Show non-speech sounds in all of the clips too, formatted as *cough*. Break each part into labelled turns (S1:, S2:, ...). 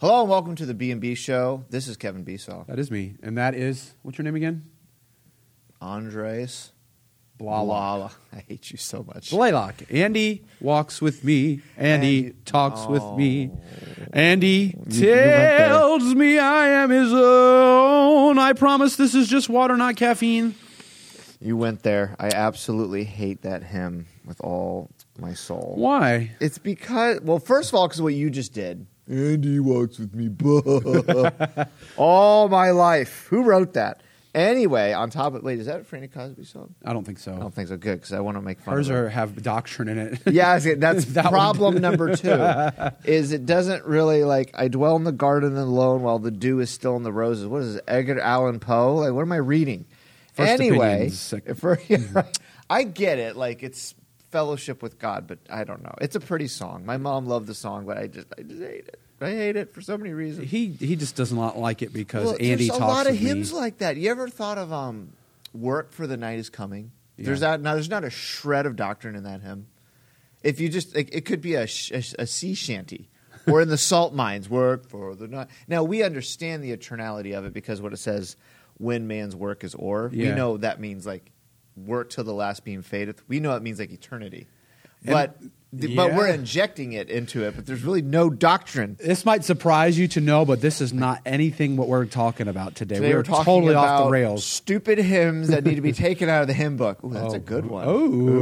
S1: Hello and welcome to the B and B show. This is Kevin Besaw.
S2: That is me, and that is what's your name again?
S1: Andres
S2: Blah
S1: Lala. *laughs* I hate you so much.
S2: Blaylock. Andy walks with me. Andy,
S1: Andy-
S2: talks
S1: Oh.
S2: with me.
S1: you
S2: Andy
S1: went there.
S2: tells me I am his own. I promise this is just water, not caffeine.
S1: You went there. I absolutely hate that hymn with all my soul.
S2: Why?
S1: It's because well, first of all, because what you just did. Andy walks with me, *laughs* blah. all my life. Who wrote that? Anyway, on top of wait, is that a Franny Cosby song?
S2: I don't think so.
S1: I don't think so. Good, because I want to make fun.
S2: Ours
S1: of it.
S2: are, have doctrine in it.
S1: Oh, *laughs* yeah, I was gonna- that's
S2: That one.
S1: problem
S2: *laughs*
S1: number two. Is it doesn't really like I dwell in the garden alone while the dew is still in the roses. What is this, Edgar Allan Poe? Like, what am I reading?
S2: First
S1: anyway,
S2: opinions, sec-
S1: *laughs* if we're- yeah, right. I get it. Like it's fellowship with God, but I don't know. It's a pretty song. My mom loved the song, but I just I just hate it. I hate it for so many reasons.
S2: *laughs* He he just does not like it because
S1: Well,
S2: Andy
S1: there's
S2: talks
S1: a lot of
S2: with
S1: hymns
S2: me.
S1: like that. You ever thought of um, "Work for the Night Is Coming"?
S2: Yeah.
S1: There's that. Now, there's not a shred of doctrine in that hymn. If you just, it, it could be a, sh- a, sh- a sea shanty, or in
S2: *laughs*
S1: the salt mines, "Work for the night." Now we understand the eternality of it because what it says, "When man's work is o'er," we
S2: Yeah.
S1: know that means like work till the last beam fadeth. We know it means like eternity,
S2: And-
S1: but. th- But
S2: yeah.
S1: we're injecting it into it, but there's really no doctrine.
S2: This might surprise you to know, but this is not anything what we're talking about today.
S1: Today
S2: we
S1: we're,
S2: are
S1: talking
S2: totally
S1: about
S2: off the rails.
S1: Stupid hymns that need to
S2: *laughs*
S1: be taken out of the hymn book. Ooh, that's a good one.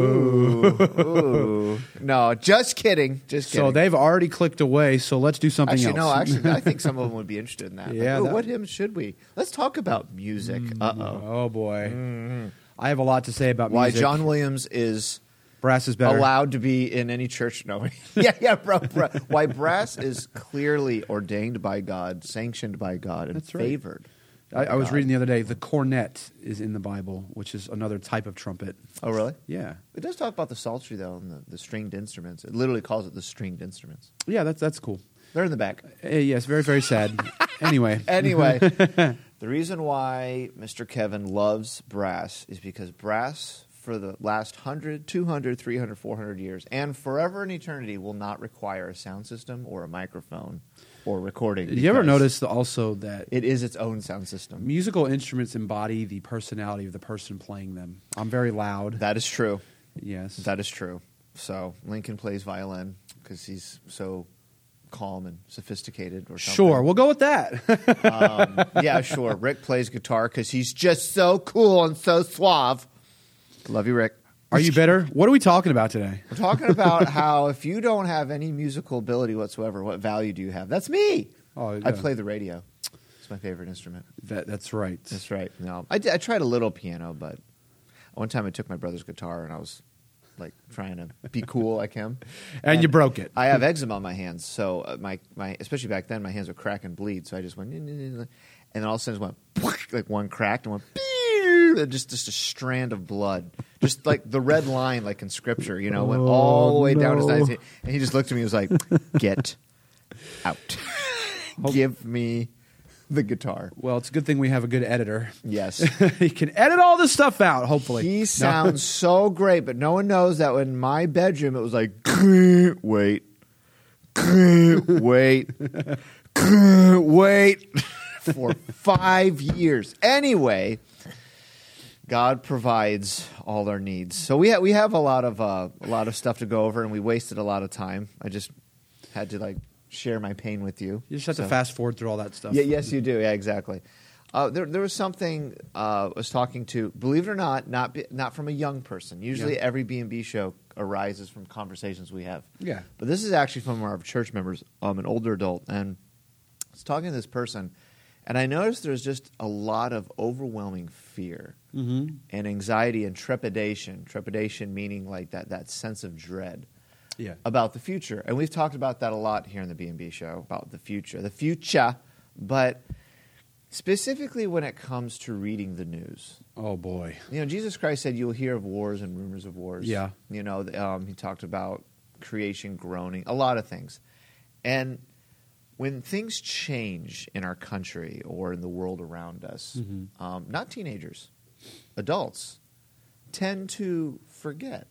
S2: Oh.
S1: Ooh. No, just kidding. Just kidding.
S2: So they've already clicked away. So let's do something
S1: actually
S2: else.
S1: no. Actually, I think some of them would be interested in that. Like,
S2: Yeah,
S1: ooh,
S2: that-
S1: what hymns should we? Let's talk about music. Uh oh.
S2: *laughs* Oh boy, I have a lot to say about
S1: Mm-hmm. Why
S2: music.
S1: John Williams is
S2: Brass is better.
S1: allowed to be in any church? No. *laughs* yeah, yeah, bro, bro. Why brass is clearly ordained by God, sanctioned by God, and
S2: That's right.
S1: favored.
S2: I, I was
S1: God.
S2: reading the other day. The cornet is in the Bible, which is another type of trumpet.
S1: Oh, really?
S2: Yeah,
S1: It does talk about the psaltery though, and the, the stringed instruments. It literally calls it the stringed instruments.
S2: yeah, that's that's cool.
S1: They're in the
S2: *laughs*
S1: back.
S2: Uh, yes, very
S1: *laughs*
S2: very sad. anyway, *laughs*
S1: Anyway, the reason why Mr. Kevin loves brass is because brass for the last 100, 200, 300, 400 years and forever and eternity will not require a sound system or a microphone or recording.
S2: did you ever
S1: because
S2: notice the- also that
S1: it is its own sound system?
S2: musical instruments embody the personality of the person playing them? I'm very loud.
S1: That is true.
S2: yes,
S1: That is true. So Lincoln plays violin because he's so calm and sophisticated or something.
S2: sure. We'll go with that. *laughs*
S1: Um, yeah, sure. Rick plays guitar because he's just so cool and so suave. Love you, Rick.
S2: are you bitter? What are we talking about today?
S1: We're talking about how if you don't have any musical ability whatsoever, what value do you have? That's me.
S2: Oh, yeah.
S1: I play the radio. It's my favorite instrument.
S2: That that's right.
S1: That's right. No, I, did- I tried a little piano, but one time I took my brother's guitar and I was like trying to be cool like him,
S2: And you broke it.
S1: I have eczema on my hands, so uh, my my especially back then my hands would crack and bleed. So I just went, "Nin, nin, nin, nin," and then all of a sudden it went *laughs* like one cracked and went. "Pew," and Just, just a strand of blood, just like the red line, like in scripture, you know, went all the way down his
S2: no.
S1: eyes, and he just looked at me and was like, "Get out, give me the guitar."
S2: Well, it's a good thing we have a good editor. *laughs*
S1: Yes,
S2: he can edit all this stuff out, hopefully.
S1: He
S2: No. *laughs*
S1: sounds so great, but no one knows that in my bedroom it was like, "Grr, wait, Grr, wait, Grr, wait, *laughs* for five years. Anyway, God provides all our needs, so we ha- we have a lot of uh, a lot of stuff to go over, and we wasted a lot of time. I just had to like share my pain with you.
S2: You just have to
S1: So-
S2: fast forward through all that stuff.
S1: yeah, yes, you do. Yeah, exactly. Uh, there, there was something uh, I was talking to. Believe it or not, not be, not from a young person. Usually,
S2: Yeah.
S1: every B and B show arises from conversations we have.
S2: Yeah.
S1: but this is actually from one of our church members, um, an older adult, and I was talking to this person, and I noticed there's just a lot of overwhelming fear
S2: Mhm.
S1: and anxiety and trepidation. Trepidation meaning like that that sense of dread
S2: Yeah.
S1: about the future. And we've talked about that a lot here in the B&B show about the future, the future, but specifically when it comes to reading the news.
S2: Oh boy.
S1: You know, Jesus Christ said you'll hear of wars and rumors of wars.
S2: Yeah.
S1: You know, th- um, he talked about creation groaning, a lot of things. And when things change in our country or in the world around us,
S2: Mhm.
S1: um, not teenagers, adults tend to forget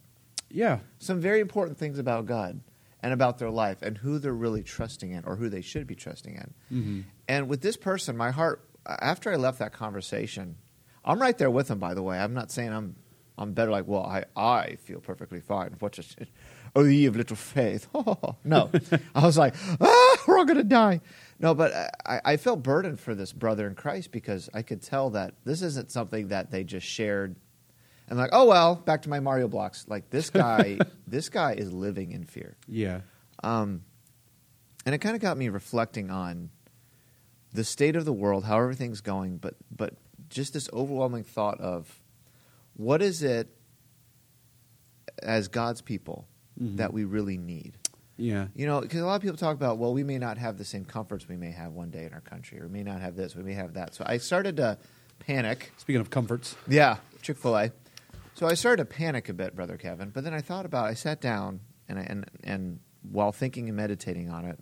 S2: Yeah.
S1: some very important things about God. and about their life and who they're really trusting in or who they should be trusting in. And with this person, my heart after I left that conversation, I'm right there with them. By the way, I'm not saying I'm I'm better. Like, well, I I feel perfectly fine. What is it? Oh, ye of little faith. *laughs* no, I was like, ah, we're all gonna die. No, but I, I felt burdened for this brother in Christ because I could tell that this isn't something that they just shared and like, oh well, back to my Mario blocks. Like this guy, this guy is living in fear.
S2: Yeah.
S1: Um, and it kind of got me reflecting on the state of the world, how everything's going, but but just this overwhelming thought of what is it as God's people
S2: Mhm.
S1: that we really need.
S2: Yeah.
S1: You know, because a lot of people talk about, well, we may not have the same comforts we may have one day in our country, or we may not have this, we may have that. So I started to panic.
S2: Speaking of comforts.
S1: Yeah, Chick Fil A. So I started to panic a bit, brother Kevin. But then I thought about. I sat down and I, and and while thinking and meditating on it,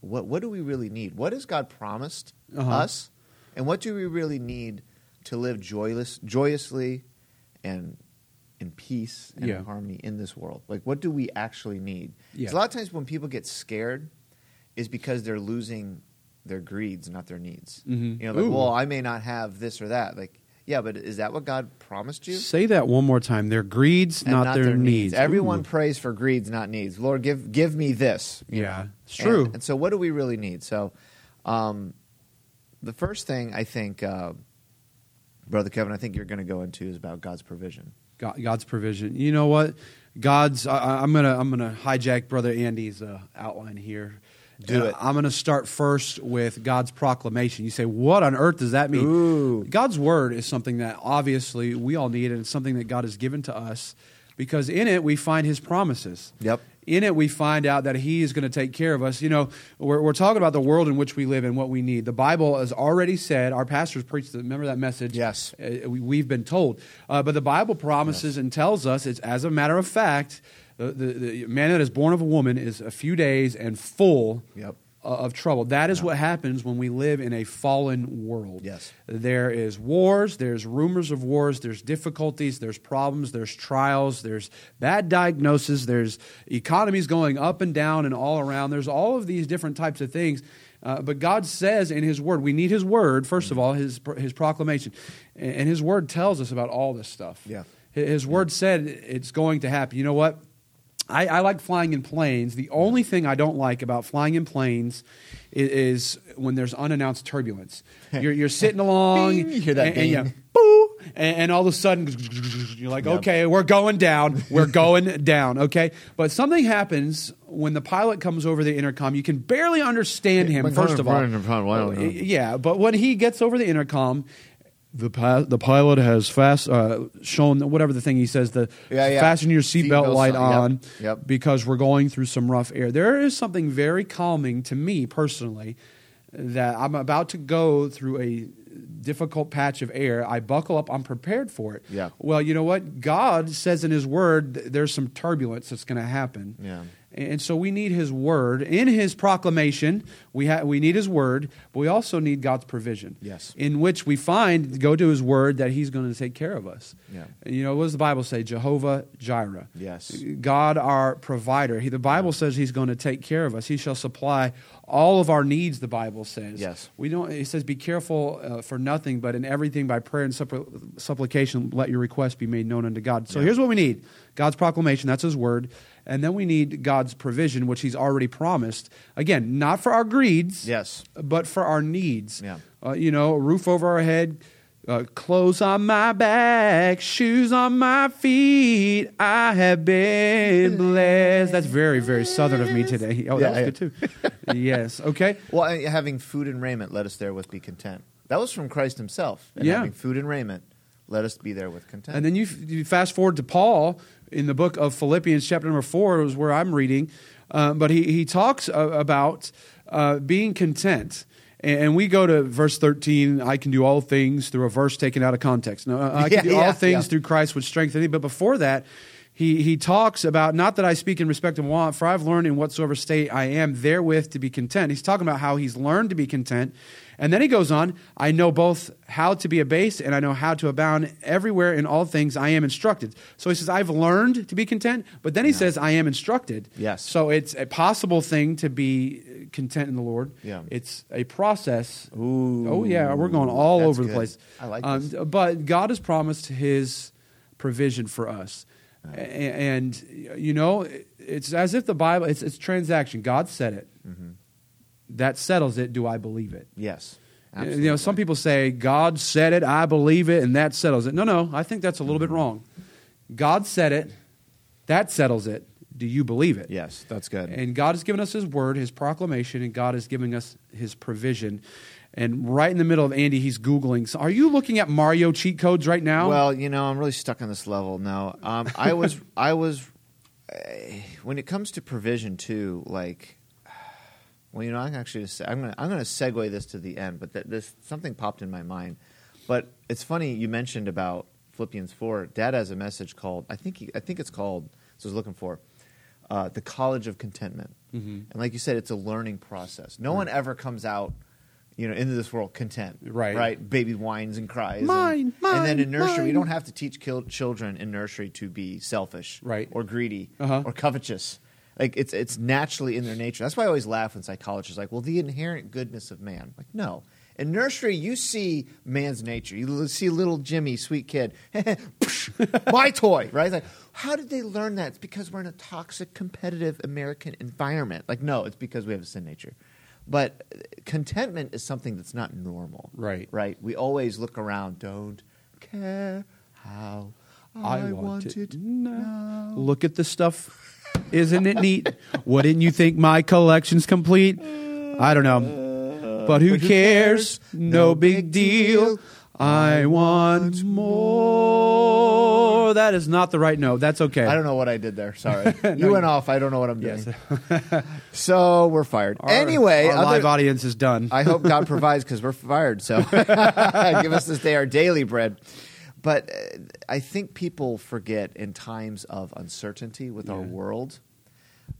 S1: what what do we really need? What has God promised
S2: Uh-huh.
S1: us, and what do we really need to live joyless, joyously, and in peace and
S2: Yeah.
S1: harmony in this world? Like, what do we actually need? 'Cause A
S2: Yeah.
S1: lot of times when people get scared, is because they're losing their greeds, not their needs.
S2: Mhm.
S1: You know, like,
S2: Ooh.
S1: well, oh, I may not have this or that. Like, yeah, but is that what God promised you?
S2: Say that one more time. Their greeds,
S1: And
S2: not, their, needs.
S1: Everyone
S2: Ooh.
S1: prays for greeds, not needs. Lord, give give me this. you
S2: Yeah,
S1: know?
S2: it's true.
S1: And, and so, what do we really need? So, um, the first thing I think, uh, brother Kevin, I think you're going to go into is about God's provision.
S2: God, God's provision. You know what? God's. I- I, I'm gonna. I'm gonna hijack Brother Andy's uh, outline here.
S1: Do it.
S2: I'm gonna start first with God's proclamation. You say, what on earth does that mean?
S1: Ooh.
S2: God's word is something that obviously we all need, and it's something that God has given to us because in it we find His promises.
S1: Yep.
S2: In it, we find out that He is going to take care of us. You know, we're, we're talking about the world in which we live and what we need. The Bible has already said, our pastors preached, the- remember that message?
S1: Yes.
S2: Uh, we, we've been told. Uh, but the Bible promises and tells us, it's as a matter of fact, the, the, the man that is born of a woman is a few days and full
S1: Yep.
S2: o- uh, of trouble. That is what happens when we live in a fallen world.
S1: Yes.
S2: There is wars, there's rumors of wars, there's difficulties, there's problems, there's trials, there's bad diagnosis, there's economies going up and down and all around. There's all of these different types of things. Uh, but God says in His Word, we need His Word, first
S1: Mm-hmm.
S2: of all, His, his proclamation. And and His Word tells us about all this stuff.
S1: Yeah.
S2: His his word said it's going to happen. You know what? I, I like flying in planes. The only thing I don't like about flying in planes is, is when there's
S1: *laughs*
S2: unannounced turbulence. You're, you're sitting along,
S1: Bing. You hear that
S2: and, and
S1: ding.
S2: you- boo, and, and all of a sudden *laughs* you're like,
S1: Yep.
S2: okay, we're going down, we're going *laughs* down, okay. But something happens when the pilot comes over the intercom. You can barely understand him.
S1: But
S2: First
S1: kind of
S2: of all,
S1: running around, well, I don't know.
S2: yeah, but when he gets over the intercom, the pi- the pilot has fast uh, shown whatever the thing he says the
S1: Yeah, yeah.
S2: fasten your
S1: Seatbelt
S2: seatbelt light
S1: sign, yep,
S2: on
S1: yep.
S2: because we're going through some rough air. There is something very calming to me personally that I'm about to go through a difficult patch of air. I buckle up. I'm prepared for it.
S1: Yeah.
S2: Well, you know what? God says in His Word, th- there's some turbulence that's going to happen.
S1: Yeah.
S2: And so we need His Word in His proclamation. We ha- we need His Word, but we also need God's provision.
S1: Yes.
S2: In which we find go to His Word that He's going to take care of us.
S1: Yeah.
S2: You know what does the Bible say? Jehovah Jireh.
S1: Yes.
S2: God our provider. He, the Bible says He's going to take care of us. He shall supply all of our needs. The Bible says.
S1: Yes.
S2: We don't. It says, "Be careful uh, for nothing, but in everything by prayer and suppl- supplication, let your request be made known unto God." So here's what we need: God's proclamation. That's His word, and then we need God's provision, which He's already promised. Again, not for our greeds
S1: Yes.
S2: but for our needs.
S1: Yeah.
S2: Uh, you know, a roof over our head, uh, clothes on my back, shoes on my feet. I have been blessed. That's very, very southern of me today. Oh,
S1: Yeah,
S2: that was good
S1: *laughs*
S2: too. yes. Okay.
S1: Well, and having food and raiment, let us therewith be content. That was from Christ Himself. And
S2: Yeah.
S1: having food and raiment, let us be there with content.
S2: And then you, you fast forward to Paul in the book of Philippians, chapter number four, is where I'm reading. Uh, but he, he talks uh, about uh, being content. And and we go to verse 13, I can do all things through a verse taken out of context. No, I can
S1: Yeah,
S2: do all
S1: yeah,
S2: things
S1: yeah.
S2: through Christ which strengthens me. But before that, he, he talks about, not that I speak in respect of want, for I've learned in whatsoever state I am therewith to be content. He's talking about how he's learned to be content. And then he goes on, I know both how to be abased and I know how to abound everywhere in all things I am instructed. So he says, I've learned to be content, but then he says, I am instructed.
S1: Yes.
S2: So it's a possible thing to be content in the Lord.
S1: Yeah.
S2: It's a process.
S1: Ooh.
S2: Oh, yeah. We're going all
S1: That's
S2: over the
S1: good.
S2: place. Um,
S1: I like this.
S2: But God has promised his provision for us.
S1: Uh.
S2: A- And, you know, it's as if the Bible, it's, it's transaction. God said it.
S1: Mm-hmm.
S2: That settles it. Do I believe it?
S1: Yes.
S2: You know, some people say, God said it, I believe it, and that settles it. No, no, I think that's a
S1: Mm-hmm.
S2: little bit wrong. God said it, that settles it. Do you believe it?
S1: Yes, that's good.
S2: And God has given us His word, His proclamation, and God is giving us His provision. And right in the middle of Andy, he's Googling. So are you looking at Mario cheat codes right now?
S1: Well, you know, I'm really stuck on this level now. Um, I was, *laughs* I was, eh, when it comes to provision too, like, well, you know, I'm actually, gonna se- I'm gonna, I'm gonna segue this to the end, but th- this something popped in my mind. But it's funny you mentioned about Philippians four. Dad has a message called, I think, he, I think it's called. So I was looking for. Uh, the College of Contentment,
S2: Mm-hmm.
S1: and like you said, it's a learning process. No one ever comes out, you know, into this world content,
S2: Right.
S1: Right? Baby whines and cries, and,
S2: Mine,
S1: and then
S2: mine,
S1: in nursery, you
S2: mine.
S1: don't have to teach kil- children in nursery to be selfish,
S2: Right.
S1: or greedy,
S2: Uh-huh.
S1: or covetous. Like it's it's naturally in their nature. That's why I always laugh when psychologists are like, "Well, the inherent goodness of man." Like, no. In nursery, you see man's nature. You l- see little Jimmy, sweet kid, *laughs* Psh, my toy, right? It's like, how did they learn that? It's because we're in a toxic, competitive American environment. Like, no, it's because we have a sin nature. But uh, contentment is something that's not normal,
S2: Right.
S1: Right? We always look around. Don't care how I, want, it,
S2: now. Look at the stuff. Isn't it neat? Wouldn't you think my collection's complete? I don't know. But who
S1: But who
S2: cares?
S1: cares?
S2: No big deal. I want more. That is not the right note. That's okay.
S1: I don't know what I did there.
S2: *laughs*
S1: Sorry, you went off. I don't know what I'm doing. so we're fired.
S2: Our-
S1: anyway,
S2: our
S1: other-
S2: live audience is done.
S1: I hope God provides because we're fired.
S2: *laughs*
S1: So *laughs* give us this day our daily bread. But uh, I think people forget in times of uncertainty with our
S2: Yeah.
S1: world.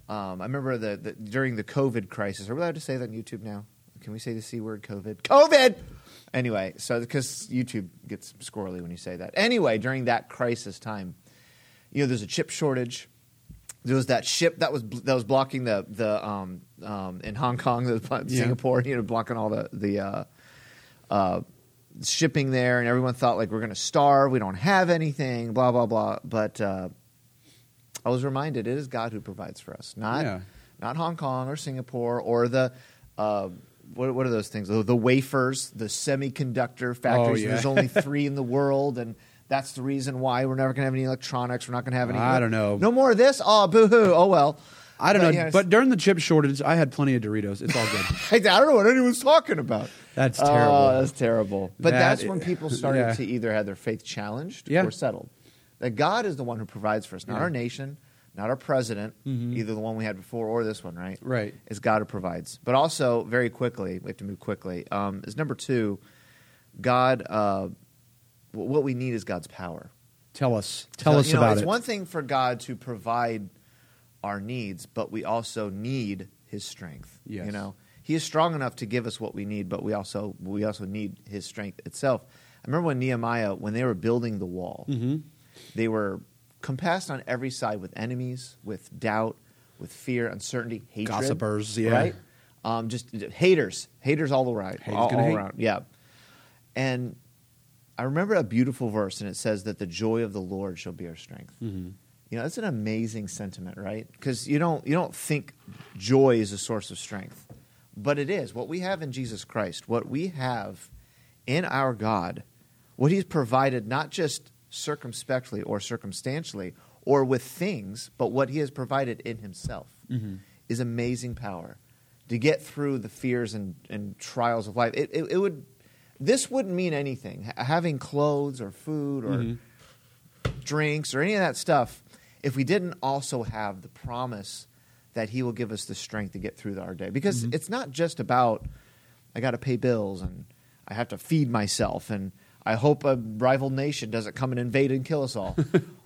S1: Um, I remember the, the during the COVID crisis. Are we allowed to say that on YouTube now? Can we say the c word? COVID. COVID. Anyway, so because YouTube gets squirrely when you say that. Anyway, during that crisis time, you know, there's a chip shortage. There was that ship that was that was blocking the the um, um, in Hong Kong, that was blo-
S2: Yeah.
S1: Singapore, you know, blocking all the the uh, uh, shipping there, and everyone thought like we're going to starve, we don't have anything, blah blah blah. But uh, I was reminded it is God who provides for us, not
S2: Yeah.
S1: not Hong Kong or Singapore or the. Uh, what, what are those things? The, the wafers, the semiconductor factories.
S2: Oh, yeah.
S1: There's
S2: *laughs*
S1: only three in the world, and that's the reason why we're never going to have any electronics. We're not going to have any.
S2: I don't know.
S1: No more of this. Oh, boo hoo. Oh well.
S2: I don't know.
S1: yeah,
S2: but during the chip shortage, I had plenty of Doritos. It's all good.
S1: I don't know what anyone's talking about.
S2: That's
S1: Oh,
S2: terrible.
S1: that's terrible. But
S2: That-
S1: that's when
S2: *laughs*
S1: people started
S2: yeah.
S1: to either have their faith challenged
S2: Yeah.
S1: or settled. That God is the one who provides for us, not
S2: Yeah. Mm-hmm.
S1: our nation, not our president, either the one we had before or this one, *laughs* right?
S2: Right.
S1: It's God who provides. But also, very quickly, we have to move quickly, um, is number two, God, uh, wh- what we need is God's power.
S2: Tell us. Tell
S1: So,
S2: us
S1: you know,
S2: about
S1: it's
S2: it.
S1: one thing for God to provide our needs, but we also need His strength. You
S2: Yes.
S1: know, He is strong enough to give us what we need, but we also we also need His strength itself. I remember when Nehemiah, when they were building the wall,
S2: Mm-hmm.
S1: they were compassed on every side with enemies, with doubt, with fear, uncertainty, hatred,
S2: Gossipers, yeah.
S1: right? Um, just haters, haters all around,
S2: Haters
S1: all,
S2: gonna
S1: all
S2: hate.
S1: around, yeah. And I remember a beautiful verse, and it says that the joy of the Lord shall be our strength. You know, that's an amazing sentiment, right? Because you don't you don't think joy is a source of strength, but it is. What we have in Jesus Christ, what we have in our God, what He's provided, not just circumspectly or circumstantially or with things, but what He has provided in Himself is amazing power to get through the fears and, and trials of life. It, it, it would this wouldn't mean anything ha- having clothes or food or drinks or any of that stuff if we didn't also have the promise that he will give us the strength to get through our day because
S2: Mm-hmm.
S1: it's not just about i got to pay bills and i have to feed
S2: *laughs*
S1: myself and i hope a rival nation doesn't come and invade and kill us all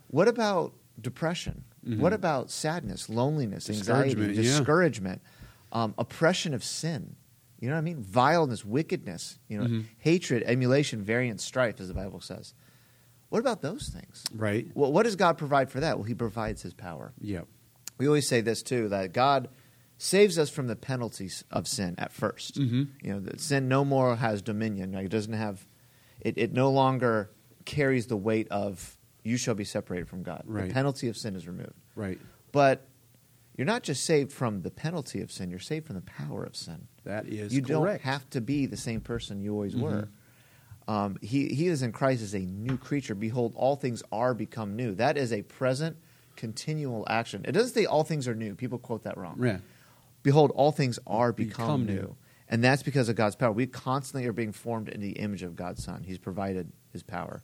S1: what about depression? What about sadness, loneliness, anxiety,
S2: Mm-hmm. Discouragement, yeah.
S1: discouragement, um, oppression of sin? You know what I mean? Vileness, wickedness, you
S2: Mm-hmm.
S1: know, hatred, emulation, variance, strife, as the Bible says. What about those things?
S2: Right.
S1: Well, what does God provide for that? Well, He provides His power.
S2: Yep.
S1: We always say this too that God saves us from the penalties of sin at 1st You know, that sin no more has dominion. Like, It doesn't have. It, it no longer carries the weight of you shall be separated from God.
S2: Right.
S1: The penalty of sin is removed.
S2: Right.
S1: But you're not just saved from the penalty of sin, you're saved from the power of sin.
S2: That is
S1: you
S2: correct. Mm-hmm.
S1: don't have to be the same person you always were. Um, he, he is in Christ as a new creature. Behold, all things are become new. That is a present, continual action. It doesn't say all things are new. People quote that wrong.
S2: Yeah.
S1: Behold, all things are
S2: Become
S1: become,
S2: new.
S1: new. And that's because of God's power. We constantly are being formed in the image of God's Son. He's provided his power.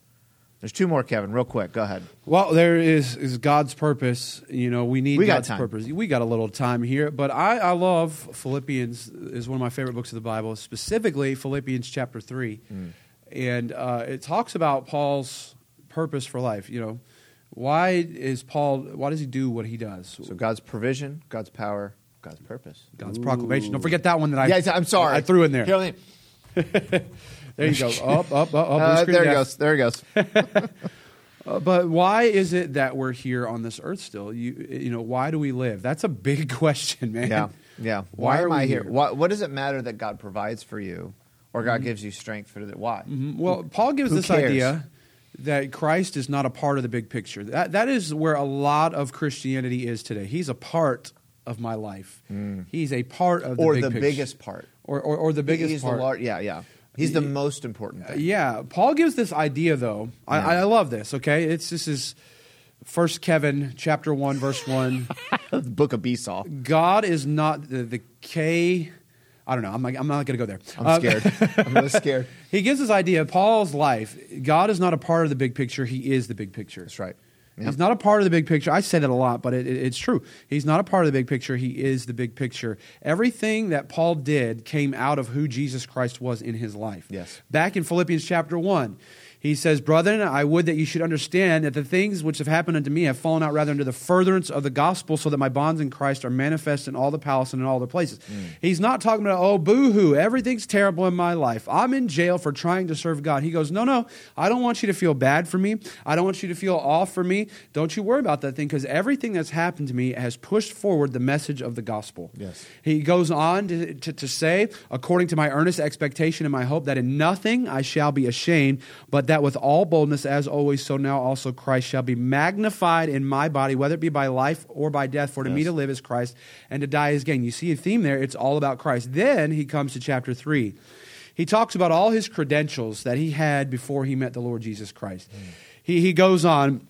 S1: There's two more, Kevin, real quick. Go ahead.
S2: Well, there is is God's purpose. You know, we need
S1: We got
S2: God's
S1: time.
S2: purpose. We got a little time here, but I, I love Philippians is one of my favorite books of the Bible, specifically Philippians chapter three,
S1: Mm.
S2: and uh, it talks about Paul's purpose for life. You know, why is Paul? Why does he do what he does?
S1: So, God's provision, God's power, God's purpose.
S2: God's proclamation. Don't forget that one that I.
S1: yeah, I'm sorry.
S2: I threw in there.
S1: Here, let me-
S2: *laughs* There you
S1: *laughs*
S2: go. Up, up, up, up.
S1: Uh,
S2: Blue screen
S1: there it
S2: down.
S1: goes. There it
S2: *laughs*
S1: goes.
S2: Uh, but why is it that we're here on this earth still? You, you know, why do we live? That's a big *laughs* question, man.
S1: Yeah, yeah.
S2: Why
S1: Why,
S2: are
S1: am
S2: we
S1: I here?
S2: here? Mm-hmm.
S1: Why, what does it matter that God provides for you, or God gives you strength for that? Why?
S2: Mhm. Well, Paul gives
S1: who
S2: this
S1: cares?
S2: idea that Christ is not a part of the big picture. That, that is where a lot of Christianity is today. He's a part of my life. He's a part of the
S1: Hmm. Or
S2: big
S1: the
S2: picture.
S1: biggest part.
S2: Or, or, or the biggest
S1: He's
S2: part. uh,
S1: the large. Yeah, yeah. He's the most important thing.
S2: Yeah, Paul gives this idea though. I,
S1: Yeah.
S2: I love this. Okay, it's this is First Kevin chapter one verse
S1: *laughs*
S2: one.
S1: the Book of Esau.
S2: God is not the, the K. I don't know. I'm, not- I'm not going to go there.
S1: I'm
S2: Uh, *laughs*
S1: scared. I'm really scared.
S2: he gives this idea of Paul's life. God is not a part of the big picture. He is the big picture.
S1: That's right.
S2: He's not a part of the big picture. I said it a lot, but it, it- it's true. He's not a part of the big picture. He is the big picture. Everything that Paul did came out of who Jesus Christ was in his life.
S1: Yes.
S2: Back in Philippians chapter 1, he says, Brethren, I would that you should understand that the things which have happened unto me have fallen out rather into the furtherance of the gospel, so that my bonds in Christ are manifest in all the palace and in all the places. He's not talking about, oh, boo hoo, everything's terrible in my life. I'm in jail for trying to serve God. He goes, no, no, I don't want you to feel bad for me. I don't want you to feel off for me. Don't you worry about that thing, because everything that's happened to me has pushed forward the message of the gospel.
S1: Yes.
S2: He goes on to, to, to say, according to my earnest expectation and my hope, that in nothing I shall be ashamed, but that with all boldness, as always, so now also Christ shall be magnified in my body, whether it be by life or by death. For to me
S1: Yes.
S2: to live is Christ, and to die is gain. You see a theme there, it's all about Christ. Then he comes to chapter 3. He talks about all his credentials that he had before he met the Lord Jesus Christ. He, he goes on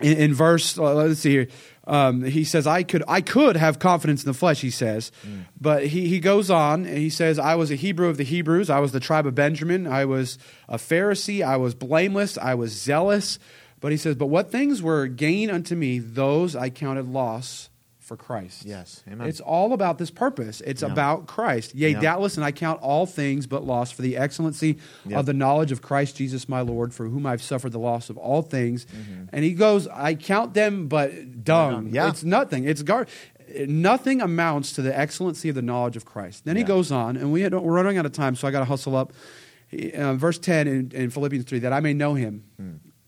S2: in, in verse uh, let's see here um, he says i could i could have confidence in the flesh he says
S1: Mm.
S2: but he, he goes on and he says i was a hebrew of the hebrews i was the tribe of benjamin i was a pharisee i was blameless i was zealous but he says but what things were gain unto me those i counted loss for christ
S1: Yes. Amen.
S2: it's all about this purpose. It's
S1: Yeah.
S2: about Christ. Yea,
S1: Yeah.
S2: doubtless, and I count all things but loss for the excellency
S1: Yeah.
S2: of the knowledge of Christ Jesus my Lord, for whom I've suffered the loss of all things. And he goes, I count them but dung.
S1: Mm-hmm. Yeah.
S2: It's nothing. It's gar- nothing amounts to the excellency of the knowledge of Christ. Then he
S1: Yeah.
S2: goes on, and we had, we're running out of time, so I got to hustle up. He- Uh, verse 10 in, in Philippians 3 that I may know him.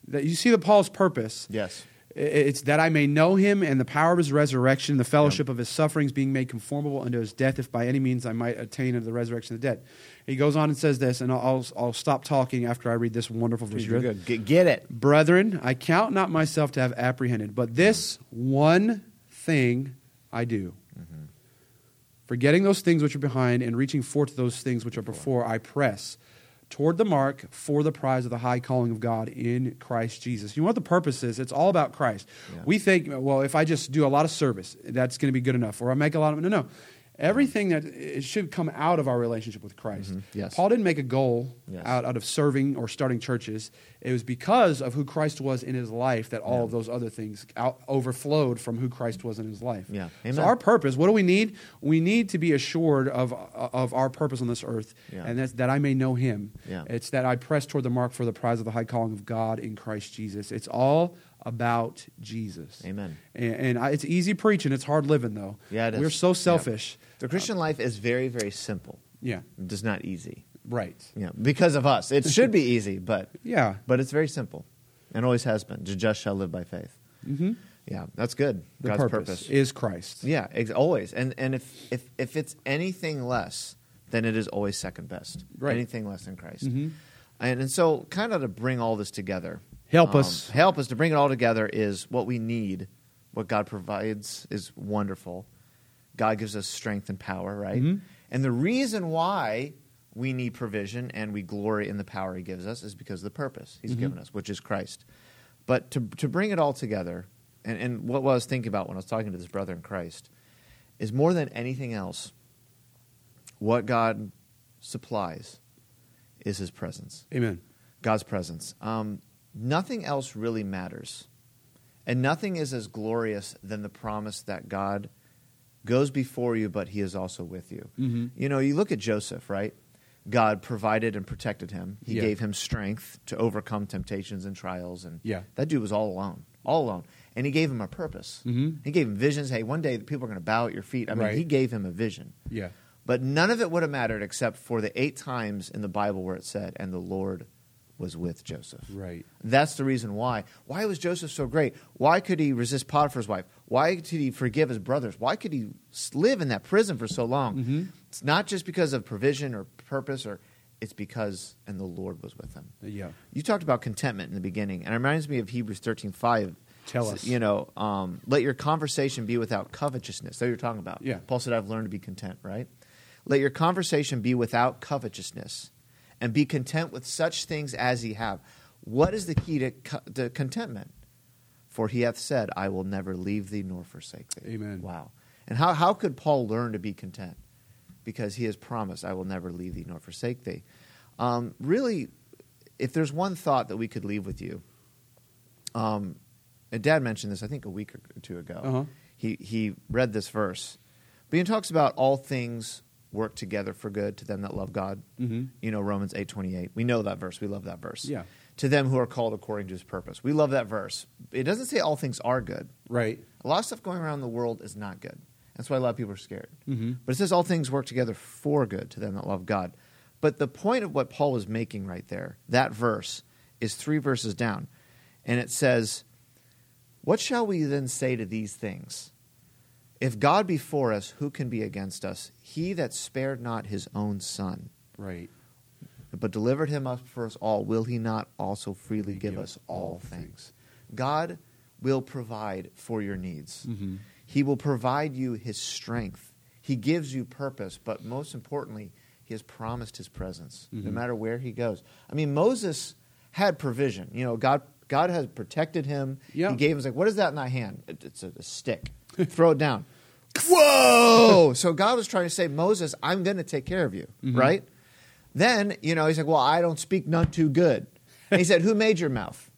S2: That you see the Paul's purpose.
S1: Hmm. Yes.
S2: It's that I may know him and the power of his resurrection, the fellowship of his sufferings, being made conformable unto his death, if by any means I might attain unto the resurrection of the dead. He goes on and says this, and I'll, I'll, I'll stop talking after I read this wonderful verse.
S1: You're good. Get, get it.
S2: Brethren, I count not myself to have apprehended, but this one thing I do. Forgetting those things which are behind and reaching forth to those things which are before, I press toward the mark for the prize of the high calling of God in Christ Jesus. You know what the purpose is? It's all about Christ.
S1: Yeah.
S2: We think, well, if I just do a lot of service, that's going to be good enough, or I make a lot of no, no. Everything that it should come out of our relationship with Christ.
S1: Mm-hmm. Yes.
S2: Paul didn't make a goal
S1: Yes.
S2: out, out of serving or starting churches. It was because of who Christ was in his life that all of those other things out, overflowed from who Christ was in his life.
S1: Yeah.
S2: So
S1: Amen.
S2: our purpose, what do we need? We need to be assured of of our purpose on this earth,
S1: Yeah.
S2: and that's that I may know Him.
S1: Yeah.
S2: It's that I press toward the mark for the prize of the high calling of God in Christ Jesus. It's all about Jesus.
S1: Amen.
S2: And, and I, it's easy preaching, it's hard living, though.
S1: Yeah, it is.
S2: We're so
S1: Yeah.
S2: selfish. Uh,
S1: The Christian life is very, very simple.
S2: Yeah,
S1: It's not easy.
S2: right.
S1: Yeah, because of us. It should be easy, but
S2: *laughs* Yeah.
S1: but it's very simple, and always has been. The just shall live by faith.
S2: Mm-hmm.
S1: Yeah, that's good.
S2: The
S1: God's
S2: purpose,
S1: purpose.
S2: is Christ.
S1: Yeah, ex- always. And and if if if it's anything less, then it is always second best.
S2: Right.
S1: Anything less than Christ.
S2: Mhm.
S1: And and so kind of to bring all this together.
S2: Help us.
S1: Um, Help us to bring it all together is what we need. What God provides is wonderful. God gives us strength and power, right?
S2: Mhm.
S1: And the reason why we need provision and we glory in the power he gives us is because of the purpose
S2: Mm-hmm.
S1: he's given us, which is Christ. But to, to bring it all together, and, and what I was thinking about when I was talking to this brother in Christ, is more than anything else, what God supplies is his presence.
S2: Amen.
S1: God's presence. Um, nothing else really matters. And nothing is as glorious than the promise that God goes before you, but he is also with you.
S2: Mhm.
S1: You know, you look at Joseph, right? God provided and protected him. He
S2: Yeah.
S1: gave him strength to overcome temptations and trials. And
S2: Yeah.
S1: that dude was all alone, all alone. And he gave him a purpose.
S2: Mhm.
S1: He gave him visions. Hey, one day the people are going to bow at your feet. I mean,
S2: Right.
S1: he gave him a vision.
S2: Yeah.
S1: But none of it would have mattered except for the eight times in the Bible where it said, and the Lord was with Joseph.
S2: Right.
S1: That's the reason why. Why was Joseph so great? Why could he resist Potiphar's wife? Why did he forgive his brothers? Why could he s- live in that prison for so long? It's not just because of provision or purpose, or it's because, and the Lord was with him.
S2: Yeah.
S1: You talked about contentment in the beginning, and it reminds me of Hebrews thirteen five.
S2: Tell us.
S1: You know, um, let your conversation be without covetousness. That's what you're talking about.
S2: Yeah.
S1: Paul said, I've learned to be content, right? Let your conversation be without covetousness and be content with such things as ye have. What is the key to, co- to contentment? For he hath said, I will never leave thee nor forsake thee.
S2: Amen.
S1: Wow. And how, how could Paul learn to be content? Because he has promised, I will never leave thee nor forsake thee. Um, really, if there's one thought that we could leave with you, um, and Dad mentioned this, I think, a week or two ago.
S2: Uh-huh.
S1: He, he read this verse. But he talks about all things work together for good to them that love God.
S2: Mhm.
S1: You know, Romans 8.28. We know that verse. We love that verse.
S2: Yeah.
S1: To them who are called according to his purpose. We love that verse. It doesn't say all things are good.
S2: Right.
S1: A lot of stuff going around in the world is not good. That's why a lot of people are scared.
S2: Mhm.
S1: But it says all things work together for good to them that love God. But the point of what Paul was making right there, that verse, is three verses down. And it says, What shall we then say to these things? If God be for us, who can be against us? He that spared not his own son,
S2: Right.
S1: but delivered him up for us all, will he not also freely give us all things? God will provide for your needs.
S2: Mhm.
S1: He will provide you his strength. He gives you purpose, but most importantly, he has promised his presence no
S2: Mhm.
S1: matter where he goes. I mean, Moses had provision. You know, God God has protected him.
S2: Yeah.
S1: He gave him, it's like, what is that in thy hand? It- It's a, a stick. *laughs* Throw it down. Whoa! Oh, so God was trying to say, Moses, I'm going to take care of you,
S2: Mm-hmm.
S1: right? Then, you know, he's like, well, I don't speak none too good. And he said, who made your mouth?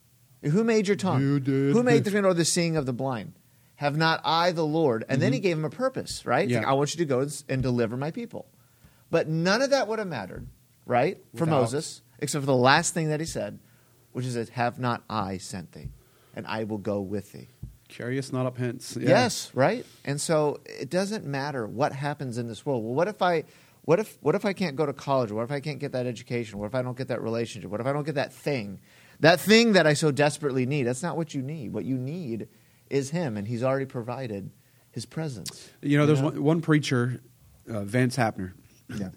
S1: Who made your tongue?
S2: You did.
S1: Who made the blind or the seeing of the blind? Have not I the Lord? And then he gave him a purpose, right? He's
S2: Mm-hmm.
S1: like,
S2: Yeah.
S1: I want you to go and, s- and deliver my people. But none of that would have mattered, right, for
S2: Without-
S1: Moses, except for the last thing that he said, which is, that, Have not I sent thee, and I will go with thee.
S2: Carry us not up hence. Yeah.
S1: Yes, right? And so it doesn't matter what happens in this world. Well, what if I what if what if I can't go to college? What if I can't get that education? What if I don't get that relationship? What if I don't get that thing? That thing that I so desperately need. That's not what you need. What you need is him and he's already provided his presence.
S2: You know, there's
S1: You know?
S2: One, one preacher, uh, Vance Hapner.
S1: Yeah.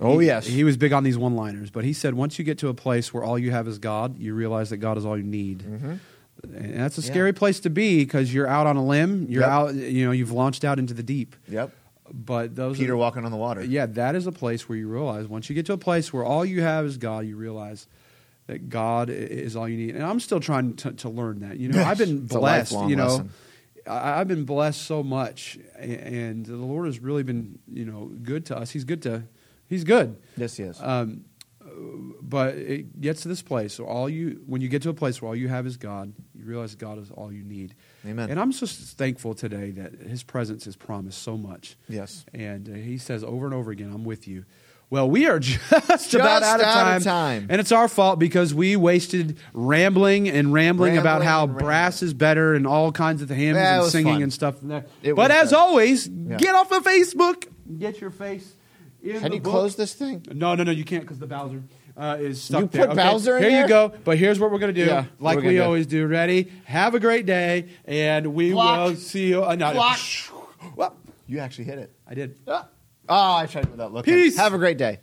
S1: Oh,
S2: He-
S1: yes.
S2: He was big on these one liners, but he said once you get to a place where all you have is God, you realize that God is all you need. And that's a
S1: Mm-hmm. Yeah.
S2: scary place to be because you're out on a limb. You're
S1: Yep.
S2: out, you know, you've launched out into the deep.
S1: Yep.
S2: But those
S1: Peter
S2: are,
S1: walking on the water.
S2: Yeah, that is a place where you realize once you get to a place where all you have is God, you realize that God i- is all you need. And I'm still trying to, to learn that.
S1: *laughs*
S2: You know, I've been
S1: It's a
S2: blessed.
S1: lifelong
S2: You know,
S1: lesson.
S2: I, I've been blessed so much, a- and the Lord has really been you know good to us. He's good to, He's good.
S1: Yes, yes.
S2: Um, but it gets to this place. So all you, when you get to a place where all you have is God, you realize God is all you need.
S1: Amen.
S2: And I'm just thankful today that His presence is promised so much.
S1: Yes.
S2: And uh, He says over and over again, "I'm with you." Well, we are *laughs* just, about out, of,
S1: out
S2: time,
S1: of time.
S2: and it's our fault because we wasted rambling and rambling, about
S1: Rambling
S2: how
S1: and rambling.
S2: brass is better and all kinds of the hymns
S1: Yeah, it
S2: and
S1: was
S2: singing
S1: fun.
S2: and stuff. From there.
S1: It
S2: But
S1: was
S2: as
S1: fun.
S2: always,
S1: Yeah.
S2: get off of Facebook. Get your face. In
S1: How
S2: the
S1: do you
S2: book.
S1: close this thing?
S2: No, no, no, you can't because the Bowser uh, is stuck
S1: You
S2: there.
S1: put Bowser in
S2: here you
S1: there?
S2: go. But here's what we're gonna do,
S1: Yeah,
S2: like
S1: we're
S2: we
S1: gonna do.
S2: always do. Ready? Have a great day, and we
S1: Clock.
S2: will see you. Uh, no,
S1: Clock.
S2: Well,
S1: You actually hit it.
S2: I did.
S1: Ah. Oh, I tried it without looking.
S2: Peace.
S1: Have a great day.